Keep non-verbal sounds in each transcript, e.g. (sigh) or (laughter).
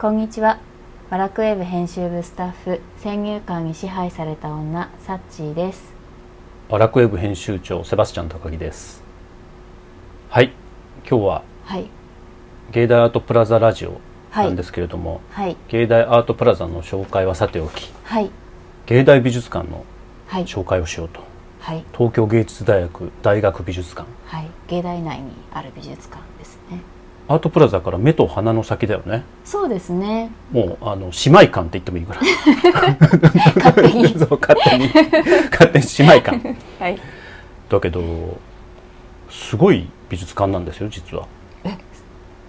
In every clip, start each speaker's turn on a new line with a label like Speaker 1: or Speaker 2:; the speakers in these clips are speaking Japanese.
Speaker 1: こんにちはワラクウェブ編集部スタッフ先入観に支配された女サッチーです
Speaker 2: バラクウェブ編集長セバスチャン高木ですはい今日は
Speaker 1: はい
Speaker 2: 芸大アートプラザラジオ
Speaker 1: は
Speaker 2: なん
Speaker 1: い
Speaker 2: ですけれども、
Speaker 1: はい
Speaker 2: 芸大アートプラザの紹介はさておき
Speaker 1: はい
Speaker 2: 芸大美術館の
Speaker 1: はい
Speaker 2: 紹介をしようと
Speaker 1: はい
Speaker 2: 東京芸術大学大学美術館
Speaker 1: はい芸大内にある美術館ですね
Speaker 2: アートプラザから目と鼻の先だよね
Speaker 1: そうですね
Speaker 2: もうあの姉妹館って言ってもいいぐらい
Speaker 1: (laughs) 勝手に
Speaker 2: (laughs) そう勝手に勝手に姉妹館
Speaker 1: はい
Speaker 2: だけどすごい美術館なんですよ実は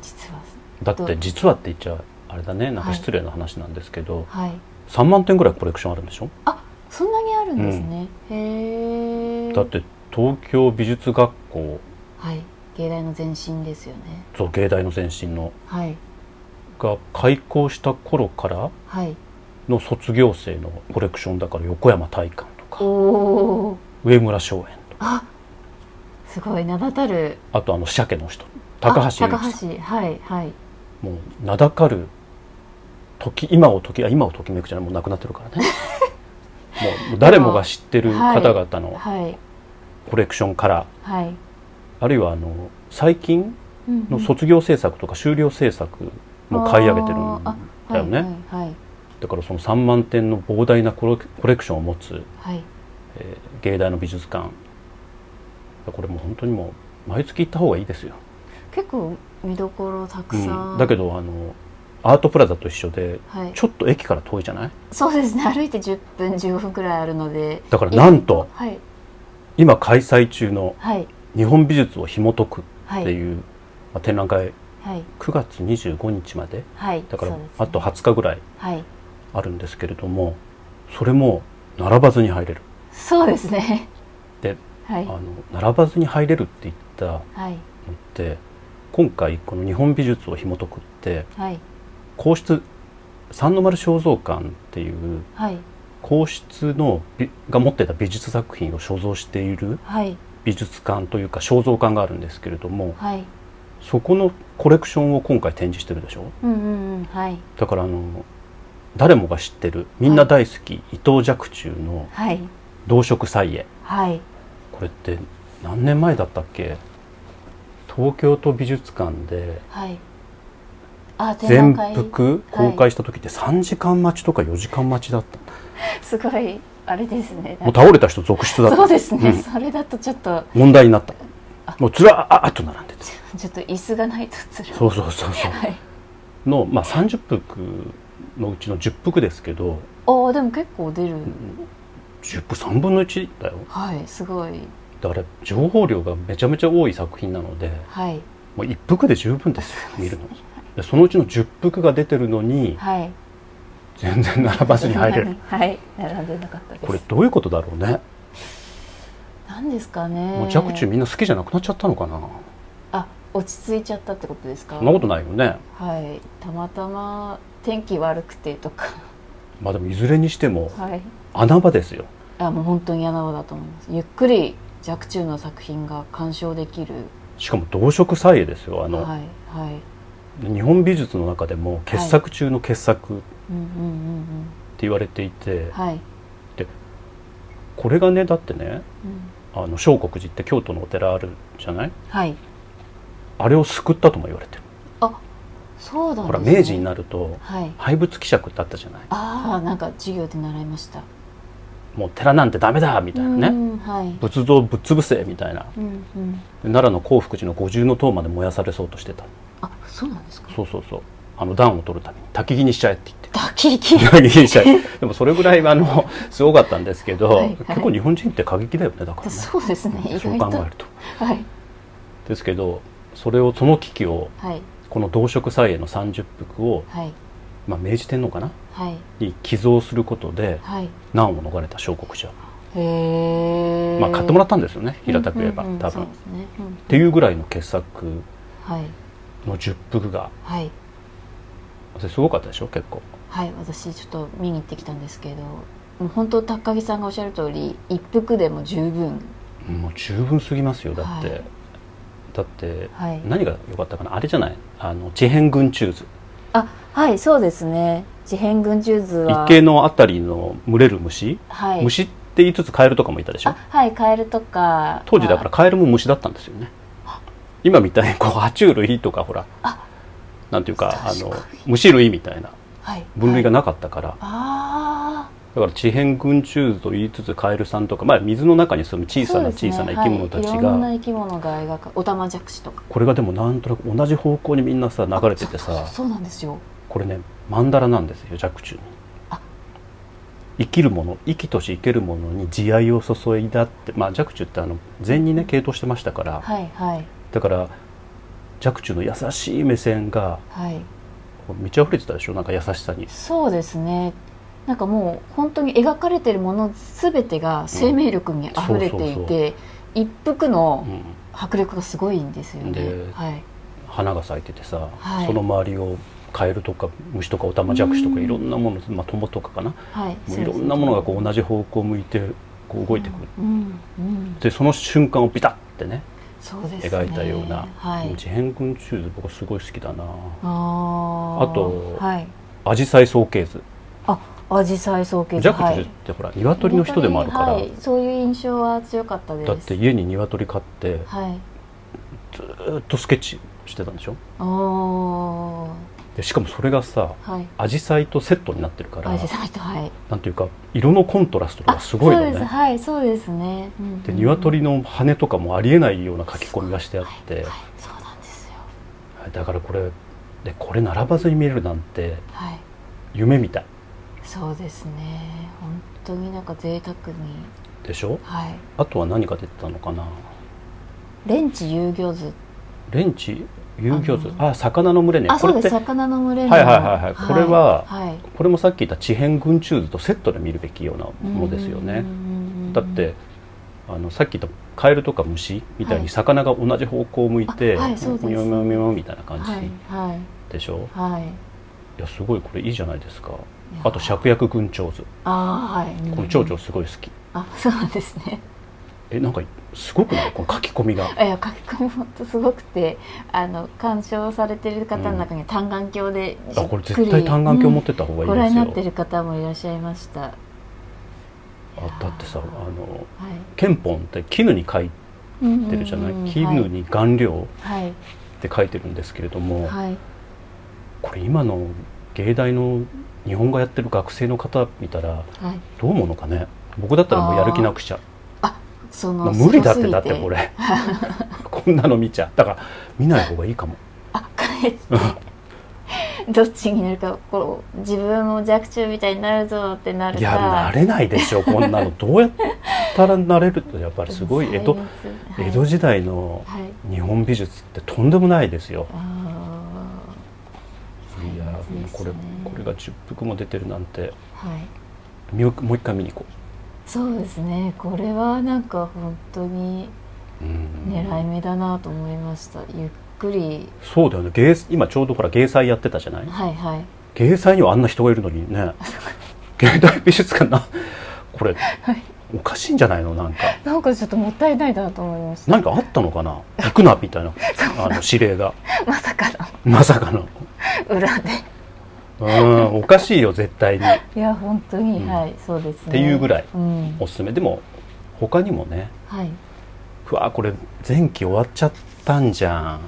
Speaker 1: 実は
Speaker 2: だって実はって言っちゃあれだねなん
Speaker 1: は
Speaker 2: か
Speaker 1: い
Speaker 2: 失礼な話なんですけど、
Speaker 1: はい
Speaker 2: 3万点ぐらいコレクションあるんでしょ、
Speaker 1: あそんなにあるんですね、へえ
Speaker 2: だって東京美術学校
Speaker 1: はい芸大の前身ですよね
Speaker 2: そう芸大の前身の
Speaker 1: はい
Speaker 2: が開校した頃から
Speaker 1: はい
Speaker 2: の卒業生のコレクションだから横山大観と
Speaker 1: お
Speaker 2: か
Speaker 1: おー
Speaker 2: 上村松園とか
Speaker 1: あすごい名だたる
Speaker 2: あとあの鮭の人高
Speaker 1: あ
Speaker 2: 橋由
Speaker 1: 高
Speaker 2: 紀さ
Speaker 1: 橋はいはい
Speaker 2: んもう名だかる時今を時あ今をときめくじゃないもう亡くなってるか
Speaker 1: (laughs)
Speaker 2: らねもうもう誰もが知ってる方々の
Speaker 1: はい
Speaker 2: コレクションから
Speaker 1: はい、
Speaker 2: あるいはあの最近
Speaker 1: うんうん
Speaker 2: の卒業制作とか修了制作も買い上げてるん
Speaker 1: あ
Speaker 2: だよね。
Speaker 1: はいはい
Speaker 2: だからその3万点の膨大なコレコレクションを持つ、
Speaker 1: はい、はい
Speaker 2: えー芸大の美術館これもう本当にもう毎月行った方がいいですよ、
Speaker 1: 結構見どころたくさん、
Speaker 2: うん、だけどあのアートプラザと一緒で
Speaker 1: はい、
Speaker 2: ちょっと駅から遠いじゃない
Speaker 1: そうですね歩いて10分15分くらいあるので
Speaker 2: だからなんと
Speaker 1: はい
Speaker 2: 今開催中の
Speaker 1: はい
Speaker 2: 「日本美術を紐解く」
Speaker 1: は
Speaker 2: っ
Speaker 1: い
Speaker 2: ていう、まあ展覧会
Speaker 1: はい
Speaker 2: 9月25日まで
Speaker 1: はい
Speaker 2: だから
Speaker 1: そうですね
Speaker 2: あと20日ぐらい
Speaker 1: はい
Speaker 2: あるんですけれどもそれも並ばずに入れる
Speaker 1: そうですね (laughs)
Speaker 2: で
Speaker 1: はい
Speaker 2: あの並ばずに入れるって言った
Speaker 1: はい
Speaker 2: のって今回この日本美術を紐解くって
Speaker 1: はい
Speaker 2: 皇室三の丸肖像館っていう
Speaker 1: はい
Speaker 2: 皇室のびが持ってた美術作品を所蔵している
Speaker 1: はい
Speaker 2: 美術館というか肖像館があるんですけれども
Speaker 1: はい
Speaker 2: そこのコレクションを今回展示してるでしょ
Speaker 1: うんうんうんはい
Speaker 2: だからあの誰もが知ってるみんな大好き、伊藤若冲の
Speaker 1: はい
Speaker 2: 「動植彩絵
Speaker 1: はい」
Speaker 2: これって何年前だったっけ東京都美術館で
Speaker 1: はいあ展
Speaker 2: 全
Speaker 1: 覧会
Speaker 2: 幅公開した時って3時間待ちとか4時間待ちだった、
Speaker 1: すごいあれですね
Speaker 2: もう倒れた人続出だっ
Speaker 1: そう
Speaker 2: た
Speaker 1: ですね、
Speaker 2: うん
Speaker 1: それだとちょっと
Speaker 2: 問題になった
Speaker 1: あ
Speaker 2: もうずらーっと並んでて
Speaker 1: ちょっと椅子がないとつらい
Speaker 2: そうそうそうそ
Speaker 1: はいう
Speaker 2: の、まあ、30幅のうちの10幅ですけど
Speaker 1: ああでも結構出る、
Speaker 2: 10幅3分の1だよ
Speaker 1: はいすごい
Speaker 2: だから情報量がめちゃめちゃ多い作品なので
Speaker 1: はい
Speaker 2: もう1幅で十分ですよ
Speaker 1: (laughs)
Speaker 2: 見るのでそのうちの10幅が出てるのに
Speaker 1: はい
Speaker 2: 全然並ばずに入れる
Speaker 1: はい並んでなかったです
Speaker 2: これどういうことだろうね
Speaker 1: 何ですかね
Speaker 2: もう若冲みんな好きじゃなくなっちゃったのかな
Speaker 1: あ落ち着いちゃったってことですか
Speaker 2: そんなことないよね
Speaker 1: はいたまたま天気悪くてとか (laughs)
Speaker 2: まあでもいずれにしても
Speaker 1: はい
Speaker 2: 穴場ですよ
Speaker 1: あもう本当に穴場だと思いますゆっくり若冲の作品が鑑賞できる
Speaker 2: しかも動植彩絵ですよあの、
Speaker 1: はいはい
Speaker 2: 日本美術の中でも傑作中の傑作って
Speaker 1: うんうんうん
Speaker 2: 言われていて、
Speaker 1: うんはい、
Speaker 2: これがねだってね
Speaker 1: うん、
Speaker 2: あの小国寺って京都のお寺あるじゃない
Speaker 1: はい
Speaker 2: あれを救ったとも言われてる、
Speaker 1: そうだ、ね、
Speaker 2: ほら明治になると
Speaker 1: はい
Speaker 2: 廃仏希釈ってあったじゃない
Speaker 1: ああなんか授業で習いました
Speaker 2: もう寺なんてダメだみたいな
Speaker 1: う
Speaker 2: ね
Speaker 1: んはい
Speaker 2: 仏像ぶっ潰せみたいな
Speaker 1: うんうん
Speaker 2: で奈良の興福寺の五重の塔まで燃やされそうとしてた
Speaker 1: あそうなんですか
Speaker 2: そうそうそうあの暖を取るために焚き火にしちゃえって言って (laughs)
Speaker 1: だきき
Speaker 2: いい試合でもそれぐらいあのすごかったんですけど、
Speaker 1: はいはい
Speaker 2: 結構日本人って過激だよねだからね
Speaker 1: そうですね意
Speaker 2: そう
Speaker 1: 外
Speaker 2: 考
Speaker 1: と
Speaker 2: えると
Speaker 1: はい
Speaker 2: ですけどそれをその危機を
Speaker 1: はい
Speaker 2: この動植祭絵の30幅を、
Speaker 1: はい
Speaker 2: まあ、明治天皇かな
Speaker 1: はい
Speaker 2: に寄贈することで
Speaker 1: はい
Speaker 2: 難を逃れた小国者、
Speaker 1: へえ
Speaker 2: まあ、買ってもら
Speaker 1: っ
Speaker 2: ったんですよね平たく言えば、多分、
Speaker 1: そう
Speaker 2: っ
Speaker 1: ですね、うん
Speaker 2: ていうぐらいの傑作
Speaker 1: はい
Speaker 2: の10幅が
Speaker 1: はい
Speaker 2: それすごかったでしょ結構
Speaker 1: はい私ちょっと見に行ってきたんですけどもう本当高木さんがおっしゃる通り一服でも十分
Speaker 2: もう十分すぎますよだって、
Speaker 1: はい
Speaker 2: だって
Speaker 1: はい
Speaker 2: 何が良かったかなあれじゃないあの地辺群中図
Speaker 1: あはいそうですね事変群衆図は
Speaker 2: 池のあたりの群れる虫、
Speaker 1: はい、
Speaker 2: 虫って言いつつカエルとかもいたでし
Speaker 1: あ
Speaker 2: ょ
Speaker 1: はいカエルとか
Speaker 2: 当時だから
Speaker 1: ま
Speaker 2: カエルも虫だったんですよね今みたいにこう爬虫類とかほら
Speaker 1: あ
Speaker 2: なんていうかあ
Speaker 1: 確
Speaker 2: の
Speaker 1: か
Speaker 2: 虫類みたいな
Speaker 1: あはい
Speaker 2: 分類
Speaker 1: は
Speaker 2: が
Speaker 1: い
Speaker 2: なかったから、
Speaker 1: あ
Speaker 2: だから地変群虫図と言いつつカエルさんとか、まあ、水の中に住む
Speaker 1: ー
Speaker 2: 小さな
Speaker 1: そうです
Speaker 2: 小
Speaker 1: ね
Speaker 2: さな生き物たち
Speaker 1: はい、いろ
Speaker 2: が、
Speaker 1: んな生き物が描かオタマジャクシとか
Speaker 2: これがでもなんとなく同じ方向にみんなさ流れてて
Speaker 1: そうそう
Speaker 2: さ
Speaker 1: そうなんですよ
Speaker 2: これね曼荼羅なんですよ若冲に
Speaker 1: あ
Speaker 2: 生きるもの生きとし生けるものに慈愛を注いだって、まあ、若冲ってあの禅にね傾倒してましたから、
Speaker 1: はいはい
Speaker 2: だから若冲の優しい目線が
Speaker 1: はい
Speaker 2: こう満ち溢れてたでしょなんか優しさに
Speaker 1: そうですねなんかもう本当に描かれてるもの全てが生命力にあふれてい
Speaker 2: うんそう
Speaker 1: て、一服の
Speaker 2: うん
Speaker 1: 迫力がすごいんですよね
Speaker 2: で
Speaker 1: はい、
Speaker 2: 花が咲いててさ、
Speaker 1: はい
Speaker 2: その周りをカエルとか虫とかオタマジャクシとか
Speaker 1: うん
Speaker 2: いろんなもの、まあ、トモとかかな
Speaker 1: はい、
Speaker 2: もういろんなものがこう同
Speaker 1: じ
Speaker 2: じ方向を向いてこう動いてくる、
Speaker 1: うんうん
Speaker 2: でその瞬間をピタッてね
Speaker 1: そうですね
Speaker 2: 描いたような
Speaker 1: はい
Speaker 2: もう、地変群チューズ僕すごい好きだな
Speaker 1: あー
Speaker 2: あと
Speaker 1: はい
Speaker 2: アジサイ造形図
Speaker 1: アジサイ造形
Speaker 2: ジャ
Speaker 1: は
Speaker 2: クチ
Speaker 1: い
Speaker 2: ュってほら、鶏の人でもあるから、
Speaker 1: はい、そういう印象は強かったです
Speaker 2: だって家に鶏飼って
Speaker 1: はい
Speaker 2: ずーっとスケッチしてたんでしょ
Speaker 1: おー
Speaker 2: でしかもそれがさ
Speaker 1: はい
Speaker 2: アジサイとセットになってるから
Speaker 1: アジサイとはい
Speaker 2: なんていうか色のコントラスト
Speaker 1: あ
Speaker 2: がすごい
Speaker 1: そ
Speaker 2: の
Speaker 1: うです
Speaker 2: ね
Speaker 1: はいそうですね、うんうんうん
Speaker 2: で鶏の羽とかもありえないような書き込みがしてあって
Speaker 1: はい、そうなんですよ
Speaker 2: だからこれでこれ並ばずに見れるなんて
Speaker 1: はい
Speaker 2: 夢みたい
Speaker 1: そうですね本当になんか贅沢に
Speaker 2: でしょ
Speaker 1: はい
Speaker 2: あとは何が出てたのかな
Speaker 1: レンチ遊魚図
Speaker 2: レンチ遊魚図
Speaker 1: あ
Speaker 2: あ魚の群れね
Speaker 1: あ
Speaker 2: こ
Speaker 1: そう
Speaker 2: れ
Speaker 1: で
Speaker 2: って
Speaker 1: す魚の群れの
Speaker 2: はいはいはいはいこれは
Speaker 1: はい
Speaker 2: これもさっき言った地変群虫図とセットで見るべきようなものですよ
Speaker 1: うん
Speaker 2: ね
Speaker 1: うんうんうん
Speaker 2: だってあのさっき言ったカエルとか虫みたいに魚が同じ方向を向いて
Speaker 1: あはいそうです
Speaker 2: みょみょみょみたいな感
Speaker 1: はい
Speaker 2: じ
Speaker 1: はい
Speaker 2: でしょ
Speaker 1: はい
Speaker 2: いやすごいこれいいじゃないですか
Speaker 1: いや
Speaker 2: あと芍薬群鳥図
Speaker 1: あーはい
Speaker 2: この蝶々すごい好き
Speaker 1: あそうなんですね
Speaker 2: えなんかすごくないこの書き込みが
Speaker 1: いや書き込みも本当すごくてあの鑑賞されてる方の中に単眼鏡でじっくり、
Speaker 2: あこれ絶対単眼鏡持ってった方
Speaker 1: ご
Speaker 2: がい
Speaker 1: 覧
Speaker 2: い
Speaker 1: にな
Speaker 2: で
Speaker 1: っ
Speaker 2: す
Speaker 1: て
Speaker 2: よ
Speaker 1: る方もいらっしゃいましたは
Speaker 2: あだってさあの
Speaker 1: い
Speaker 2: 憲法って絹に書いてるじゃない、
Speaker 1: うんうんうん
Speaker 2: 絹に顔料
Speaker 1: はい
Speaker 2: って書いてるんですけれども、
Speaker 1: はい
Speaker 2: これ今の芸大の日本語やってる学生の方見たら
Speaker 1: はい
Speaker 2: どう思うのかね僕だったらもうやる気なくちゃ
Speaker 1: そ
Speaker 2: ま
Speaker 1: の
Speaker 2: あ無理だっ
Speaker 1: す
Speaker 2: て
Speaker 1: ご
Speaker 2: だっ
Speaker 1: すぎ
Speaker 2: てこれ (laughs) こんなの見ちゃだから見ない方がいいかも
Speaker 1: あ帰
Speaker 2: (laughs)
Speaker 1: ってどっちになるかこう自分も弱中みたいになるぞってなる
Speaker 2: い
Speaker 1: か
Speaker 2: や慣れないでしょこんなのどうやったら慣れるとやっぱりすごい江戸
Speaker 1: はい
Speaker 2: 江戸時代の
Speaker 1: はい
Speaker 2: 日本美術ってとんでもないですよ
Speaker 1: あ
Speaker 2: いや
Speaker 1: そうですね
Speaker 2: これこれが10幅も出てるなんて
Speaker 1: ーはい
Speaker 2: 見よもう一回見に行こ
Speaker 1: そうですねこれはなんか本当に
Speaker 2: う、うん
Speaker 1: 狙い目だなと思いました、ゆっくり
Speaker 2: そうだよね芸今ちょうどほら芸祭やってたじゃない
Speaker 1: はいはい
Speaker 2: 芸祭にはあんな人がいるのにね芸大美術館なこれ、
Speaker 1: い
Speaker 2: おかしいんじゃないのなんか
Speaker 1: なんかちょっともったいないなと思いまし
Speaker 2: 何かあったのかな行くなみたいなあの指令が
Speaker 1: たまさか
Speaker 2: まさかの
Speaker 1: の裏で
Speaker 2: うんおかしいよ絶対に
Speaker 1: いや本当に、
Speaker 2: うん
Speaker 1: はいそうですね
Speaker 2: っていうぐらい
Speaker 1: うん
Speaker 2: おすすめでも他にもね
Speaker 1: はいう
Speaker 2: わこれ前期終わっちゃったんじゃん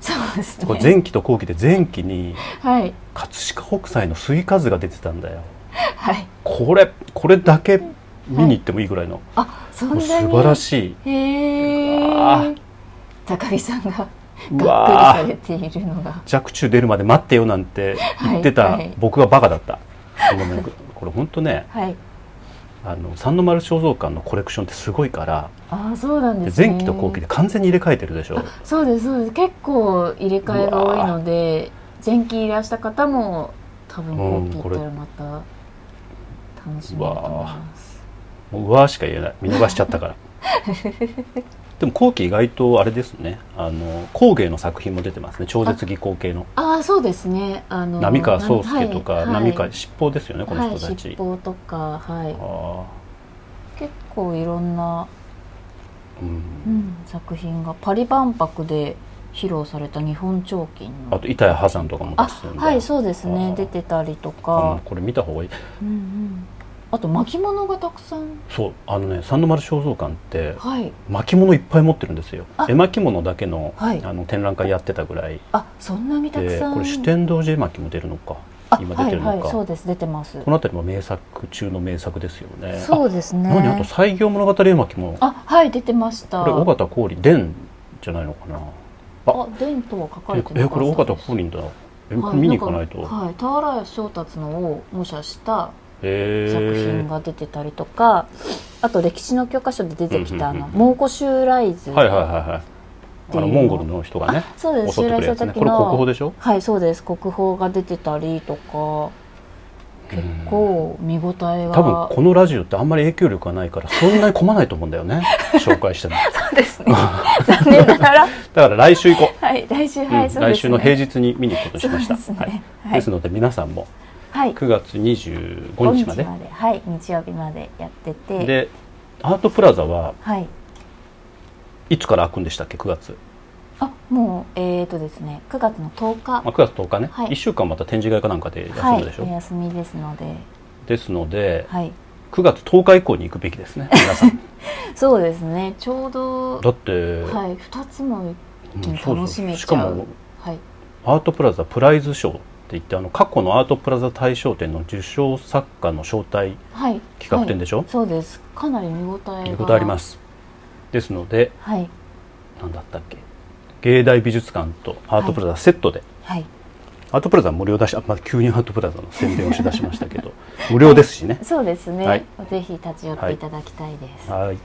Speaker 1: そうですね
Speaker 2: これ前期と後期で前期に
Speaker 1: はい
Speaker 2: 葛飾北斎のスイカ図が出てたんだよ
Speaker 1: はい
Speaker 2: これこれだけ見に行ってもいいぐらいの、
Speaker 1: あそん
Speaker 2: も
Speaker 1: な
Speaker 2: う
Speaker 1: に
Speaker 2: 素晴ら
Speaker 1: い
Speaker 2: しい
Speaker 1: へ
Speaker 2: うわ
Speaker 1: え高木さんががっ
Speaker 2: うわ
Speaker 1: くり
Speaker 2: ー
Speaker 1: されているのが
Speaker 2: 弱中出るまで待ってよなんて言ってた、
Speaker 1: はいはい
Speaker 2: 僕がバカだったでもねこれ本当ね
Speaker 1: はい
Speaker 2: あの三の丸肖像館のコレクションってすごいから
Speaker 1: ああそうなん
Speaker 2: で
Speaker 1: ですね
Speaker 2: 前期と後期で完全に入れ替えてるでしょ
Speaker 1: そうですそうです結構入れ替えが多いので前期いらした方も多分
Speaker 2: う
Speaker 1: 後
Speaker 2: ん
Speaker 1: 期行ったらまた楽しみだと思います、
Speaker 2: もううわーしか言えない見逃しちゃったから
Speaker 1: (laughs)
Speaker 2: でも後期意外とあれですねあの工芸の作品も出てますね超絶技巧系の
Speaker 1: ああそうですねあの
Speaker 2: 浪川宗介とか、
Speaker 1: はいはい
Speaker 2: 浪川七宝ですよねこの人
Speaker 1: は
Speaker 2: た
Speaker 1: い、
Speaker 2: ち、
Speaker 1: 尻尾とかはい
Speaker 2: あ
Speaker 1: 結構いろんな、
Speaker 2: ーう
Speaker 1: うんん、作品がパリ万博で披露された日本彫金
Speaker 2: あ
Speaker 1: の
Speaker 2: と板谷波山とかも
Speaker 1: あ
Speaker 2: 出てたんで
Speaker 1: はいそうです
Speaker 2: あ
Speaker 1: ね
Speaker 2: ー
Speaker 1: 出てたりと
Speaker 2: あの
Speaker 1: か、
Speaker 2: これ見た方がいい
Speaker 1: うんうん、あと巻物がたくさん
Speaker 2: そうあのね三の丸肖像館って
Speaker 1: はい
Speaker 2: 巻物いっぱい持ってるんですよ
Speaker 1: あ
Speaker 2: 絵巻物だけの,、
Speaker 1: はい
Speaker 2: あの展覧会やってたぐらい
Speaker 1: あそんなにたく
Speaker 2: で
Speaker 1: さん
Speaker 2: これ四天王寺絵巻も出るのか
Speaker 1: あ
Speaker 2: 今出てるのか
Speaker 1: はいはいそうです出てます
Speaker 2: この辺りも名作中の名作ですよね
Speaker 1: そうです
Speaker 2: あ
Speaker 1: ね
Speaker 2: 何あと西行物語絵巻も
Speaker 1: あはい出てました
Speaker 2: これ尾形光琳伝じゃないのかな
Speaker 1: あ伝統は書かれ
Speaker 2: え
Speaker 1: て
Speaker 2: えこれ尾形
Speaker 1: こ
Speaker 2: 光琳だえこれ見に行かないと、
Speaker 1: はい田原屋正達のを模写した作
Speaker 2: え
Speaker 1: 品が出てたりとか、あと歴史の教科書で出てきたあの、
Speaker 2: うんうんうんうん
Speaker 1: 蒙古襲来図、
Speaker 2: ー、はいはいはいはいあの
Speaker 1: っていうの
Speaker 2: モンゴルの人がね
Speaker 1: そうです
Speaker 2: 襲っ
Speaker 1: 襲来
Speaker 2: てくる
Speaker 1: した
Speaker 2: やつね
Speaker 1: 時
Speaker 2: これ国
Speaker 1: の
Speaker 2: 宝でしょ
Speaker 1: はいそうです国宝が出てたりとか結構見応えが
Speaker 2: 多分このラジオってあんまり影響力がないからそんなに混まないと思うんだ
Speaker 1: (laughs)
Speaker 2: よね紹介しても
Speaker 1: (laughs) そうですね残念ながら
Speaker 2: だから来週行こ
Speaker 1: はい来週
Speaker 2: う、
Speaker 1: はい、そう
Speaker 2: うん
Speaker 1: ですね
Speaker 2: 来週の平日に見に行くことにしました
Speaker 1: そうですね
Speaker 2: はい
Speaker 1: はい
Speaker 2: ですので皆さんも
Speaker 1: はい
Speaker 2: 9月25日まで
Speaker 1: 5はい日曜日までやってて
Speaker 2: でアートプラザは
Speaker 1: はい
Speaker 2: いつから開くんでしたっけ9月、
Speaker 1: あもうえっ、ー、とですね9月の10日
Speaker 2: まあ、9月10日ね、
Speaker 1: はい
Speaker 2: 1週間また展示会かなんかで休
Speaker 1: はい
Speaker 2: むでしょ、
Speaker 1: お休みですので
Speaker 2: ですので
Speaker 1: はい
Speaker 2: 9月10日以降に行くべきですね皆
Speaker 1: (laughs)
Speaker 2: さん
Speaker 1: そうですねちょうど
Speaker 2: だって、
Speaker 1: はい2つも
Speaker 2: うん
Speaker 1: 一気に
Speaker 2: そうそう
Speaker 1: 楽しめちゃう
Speaker 2: しかも
Speaker 1: はい
Speaker 2: アートプラザプライズ賞って言ってあの過去のアートプラザ大賞展の受賞作家の招待
Speaker 1: はい
Speaker 2: 企画展
Speaker 1: で
Speaker 2: でしょ、
Speaker 1: そうですかなり見応え
Speaker 2: と
Speaker 1: が
Speaker 2: いうことありますですので
Speaker 1: はい
Speaker 2: 何だったっけ芸大美術館とアートプラザセットで、
Speaker 1: はい
Speaker 2: アートプラザは無料だしあ、まあ、急にアートプラザの宣伝をしだしましたけど無料ですしね
Speaker 1: (laughs) そうですね、
Speaker 2: はい
Speaker 1: ぜひ立ち寄っていただきたいです、
Speaker 2: はい